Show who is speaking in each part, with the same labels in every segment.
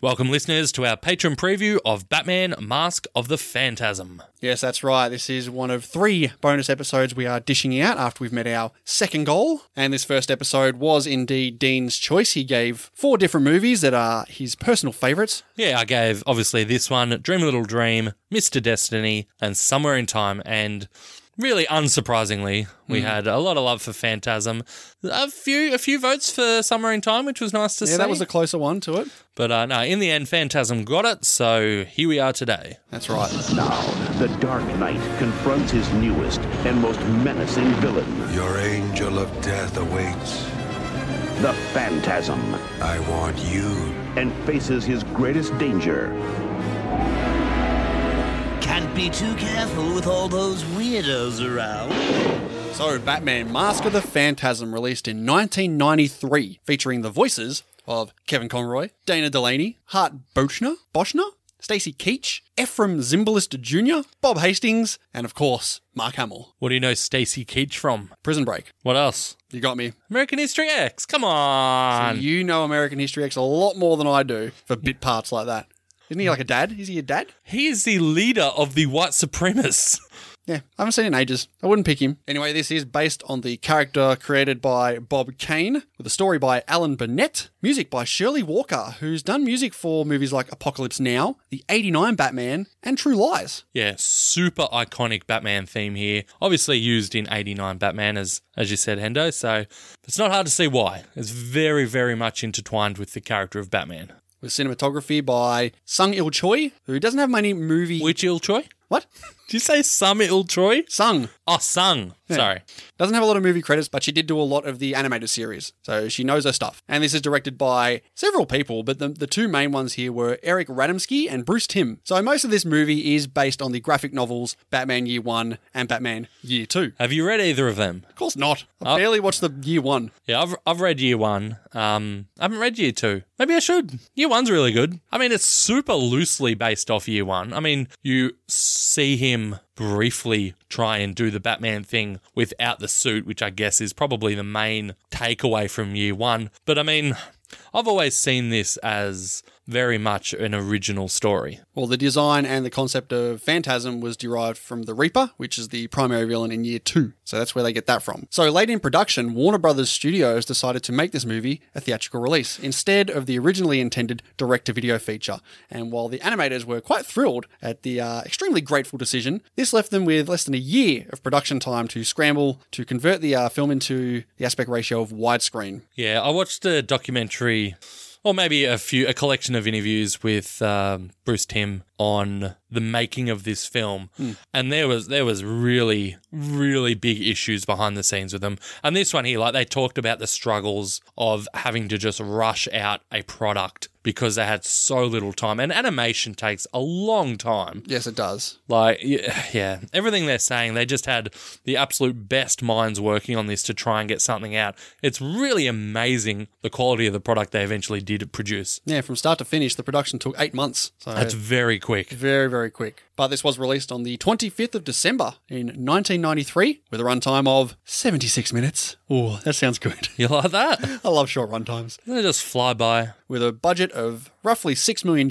Speaker 1: Welcome, listeners, to our patron preview of Batman Mask of the Phantasm.
Speaker 2: Yes, that's right. This is one of three bonus episodes we are dishing out after we've met our second goal. And this first episode was indeed Dean's choice. He gave four different movies that are his personal favourites.
Speaker 1: Yeah, I gave obviously this one Dream a Little Dream, Mr. Destiny, and Somewhere in Time. And really unsurprisingly,
Speaker 2: Hmm.
Speaker 1: we had a lot of love for Phantasm. A few a few votes for Somewhere in Time, which was nice to see.
Speaker 2: Yeah, that was a closer one to it.
Speaker 1: but uh, no, in the end, Phantasm got it. So here we are today.
Speaker 2: That's right.
Speaker 3: Now, the Dark Knight confronts his newest and most menacing villain,
Speaker 4: Your angel of death awaits.
Speaker 3: the Phantasm,
Speaker 4: I want you.
Speaker 3: and faces his greatest danger,
Speaker 5: Can't be too careful with all those weirdos around.
Speaker 2: So, Batman Mask of the Phantasm released in 1993, featuring the voices of Kevin Conroy, Dana Delaney, Hart Bochner, Boschner, Stacey Keach, Ephraim Zimbalist Jr., Bob Hastings, and of course, Mark Hamill.
Speaker 1: What do you know Stacey Keach from?
Speaker 2: Prison Break.
Speaker 1: What else?
Speaker 2: You got me.
Speaker 1: American History X. Come on.
Speaker 2: You know American History X a lot more than I do for bit parts like that. Isn't he like a dad? Is he a dad?
Speaker 1: He is the leader of the white supremacists.
Speaker 2: Yeah, I haven't seen it in ages. I wouldn't pick him. Anyway, this is based on the character created by Bob Kane, with a story by Alan Burnett, music by Shirley Walker, who's done music for movies like Apocalypse Now, The 89 Batman, and True Lies.
Speaker 1: Yeah, super iconic Batman theme here. Obviously used in 89 Batman as as you said Hendo, so it's not hard to see why. It's very very much intertwined with the character of Batman.
Speaker 2: With cinematography by Sung Il Choi, who doesn't have many movie.
Speaker 1: Which Il Troy?
Speaker 2: what?
Speaker 1: Did you say some Il Troy?
Speaker 2: Sung.
Speaker 1: Oh, Sung. Sorry.
Speaker 2: Doesn't have a lot of movie credits, but she did do a lot of the animated series, so she knows her stuff. And this is directed by several people, but the, the two main ones here were Eric Radomski and Bruce Timm. So most of this movie is based on the graphic novels Batman Year One and Batman Year Two.
Speaker 1: Have you read either of them?
Speaker 2: Of course not. I barely watched the Year One.
Speaker 1: Yeah, I've I've read year one. Um, I haven't read year two. Maybe I should. Year one's really good. I mean, it's super loosely based off year one. I mean, you see him briefly try and do the Batman thing without the suit, which I guess is probably the main takeaway from year one. But I mean, I've always seen this as very much an original story.
Speaker 2: Well, the design and the concept of Phantasm was derived from the Reaper, which is the primary villain in Year 2. So that's where they get that from. So late in production, Warner Brothers Studios decided to make this movie a theatrical release instead of the originally intended direct to video feature. And while the animators were quite thrilled at the uh, extremely grateful decision, this left them with less than a year of production time to scramble to convert the uh, film into the aspect ratio of widescreen.
Speaker 1: Yeah, I watched a documentary, or maybe a few, a collection of interviews with um, Bruce Tim on the making of this film, and there was there was really really big issues behind the scenes with them. And this one here, like they talked about the struggles of having to just rush out a product because they had so little time, and animation takes a long time.
Speaker 2: Yes, it does.
Speaker 1: Like, yeah, yeah, everything they're saying, they just had the absolute best minds working on this to try and get something out. It's really amazing the quality of the product they eventually did produce.
Speaker 2: Yeah, from start to finish, the production took eight months. So
Speaker 1: That's very quick.
Speaker 2: Very, very quick. But this was released on the 25th of December in 1993 with a runtime of 76 minutes. Ooh, that sounds good.
Speaker 1: You like that? Doesn't
Speaker 2: I love short runtimes.
Speaker 1: it just fly by?
Speaker 2: With a budget of roughly $6 million,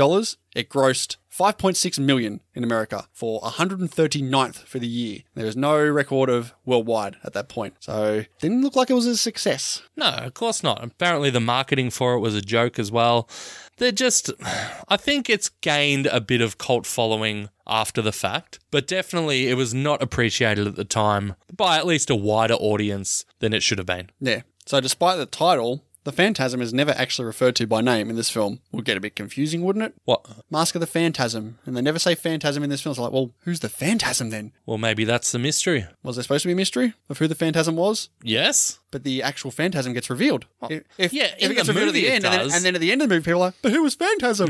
Speaker 2: it grossed 5.6 million in America for 139th for the year. There was no record of worldwide at that point. So didn't look like it was a success.
Speaker 1: No, of course not. Apparently, the marketing for it was a joke as well. They're just, I think it's gained a bit of cult following after the fact, but definitely it was not appreciated at the time by at least a wider audience than it should have been.
Speaker 2: Yeah. So despite the title, the Phantasm is never actually referred to by name in this film. Would get a bit confusing, wouldn't it?
Speaker 1: What?
Speaker 2: Mask of the Phantasm, and they never say Phantasm in this film. It's like, well, who's the Phantasm then?
Speaker 1: Well, maybe that's the mystery.
Speaker 2: Was there supposed to be a mystery of who the Phantasm was?
Speaker 1: Yes.
Speaker 2: But the actual Phantasm gets revealed. If, if-
Speaker 1: Oh, yeah,
Speaker 2: if
Speaker 1: in
Speaker 2: it gets
Speaker 1: the
Speaker 2: revealed at
Speaker 1: movie
Speaker 2: the
Speaker 1: it
Speaker 2: end, and then,
Speaker 1: does.
Speaker 2: and then at the end of the movie, people are like, but who was Phantasm?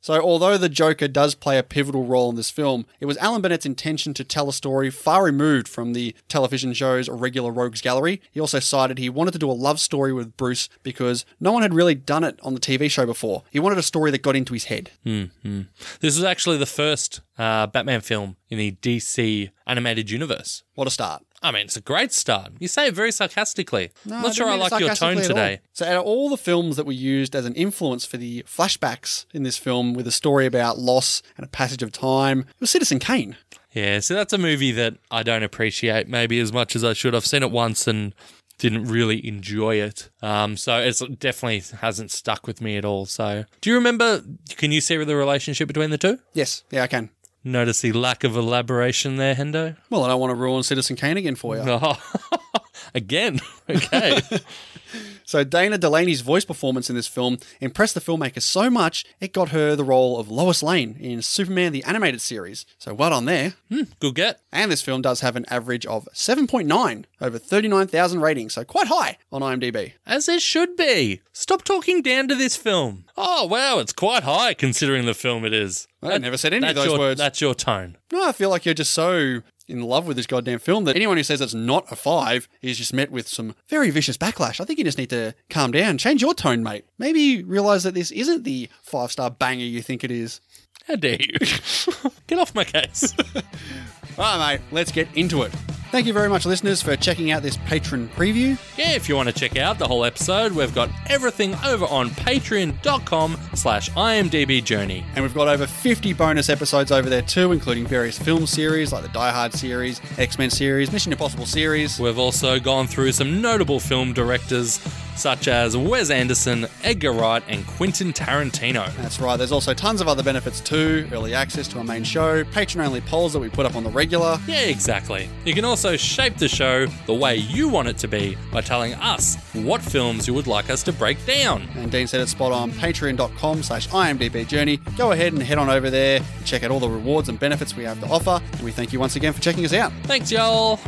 Speaker 2: So, although the Joker does play a pivotal role in this film, it was Alan Bennett's intention to tell a story far removed from the television show's regular rogues gallery. He also cited he wanted to do a love story with Bruce because no one had really done
Speaker 1: Hmm.
Speaker 2: it on the TV show before. He wanted a story that got into his head.
Speaker 1: This was actually the first uh, Batman film in the DC animated universe.
Speaker 2: What a start.
Speaker 1: I mean, it's a great start. You say it very sarcastically. I'm not sure I
Speaker 2: didn't mean it
Speaker 1: like your tone
Speaker 2: sarcastically at all.
Speaker 1: today.
Speaker 2: So, out of all the films that we used as an influence for the flashbacks in this film, with a story about loss and a passage of time, it was Citizen Kane.
Speaker 1: Yeah, so that's a movie that I don't appreciate maybe as much as I should. I've seen it once and didn't really enjoy it. Um, so it's it definitely hasn't stuck with me at all. So do you remember? Can you see the relationship between the two?
Speaker 2: Yes, yeah, I can.
Speaker 1: Notice the lack of elaboration there, Hendo.
Speaker 2: Well, I don't want to ruin Citizen Kane again for you.
Speaker 1: Oh, again. Okay.
Speaker 2: So Dana Delaney's voice performance in this film impressed the filmmaker so much it got her the role of Lois Lane in Superman the Animated Series. So well done there.
Speaker 1: Good get.
Speaker 2: And this film does have an average of 7.9 over 39,000 ratings, so quite high on IMDb.
Speaker 1: As it should be. Stop talking down to this film. Oh, wow. It's quite high considering the film it is.
Speaker 2: I never said any of
Speaker 1: That's
Speaker 2: those
Speaker 1: your-
Speaker 2: words.
Speaker 1: That's your tone.
Speaker 2: No, I feel like you're just so in love with this goddamn film that anyone who says it's not a five is just met with some very vicious backlash. I think you just need to calm down, change your tone, mate. Maybe realize that this isn't the five star banger you think it is.
Speaker 1: How dare you? Get off my case.
Speaker 2: All right, mate, let's get into it. Thank you very much, listeners, for checking out this patron preview.
Speaker 1: Yeah, if you want to check out the whole episode, we've got everything over on patreon.com slash IMDB Journey.
Speaker 2: And we've got over 50 bonus episodes over there too, including various film series like the Die Hard series, X Men series, Mission Impossible series.
Speaker 1: We've also gone through some notable film directors such as Wes Anderson, Edgar Wright, and Quentin Tarantino.
Speaker 2: That's right, there's also tons of other benefits too early access to our main show, patron only polls that we put up on the regular.
Speaker 1: Yeah, exactly. You can also shape the show the way you want it to be by telling us what films you would like us to break down.
Speaker 2: And Dean said it's spot on patreon.com slash IMDb Journey. Go ahead and head on over there, check out all the rewards and benefits we have to offer. And we thank you once again for checking us out.
Speaker 1: Thanks, y'all.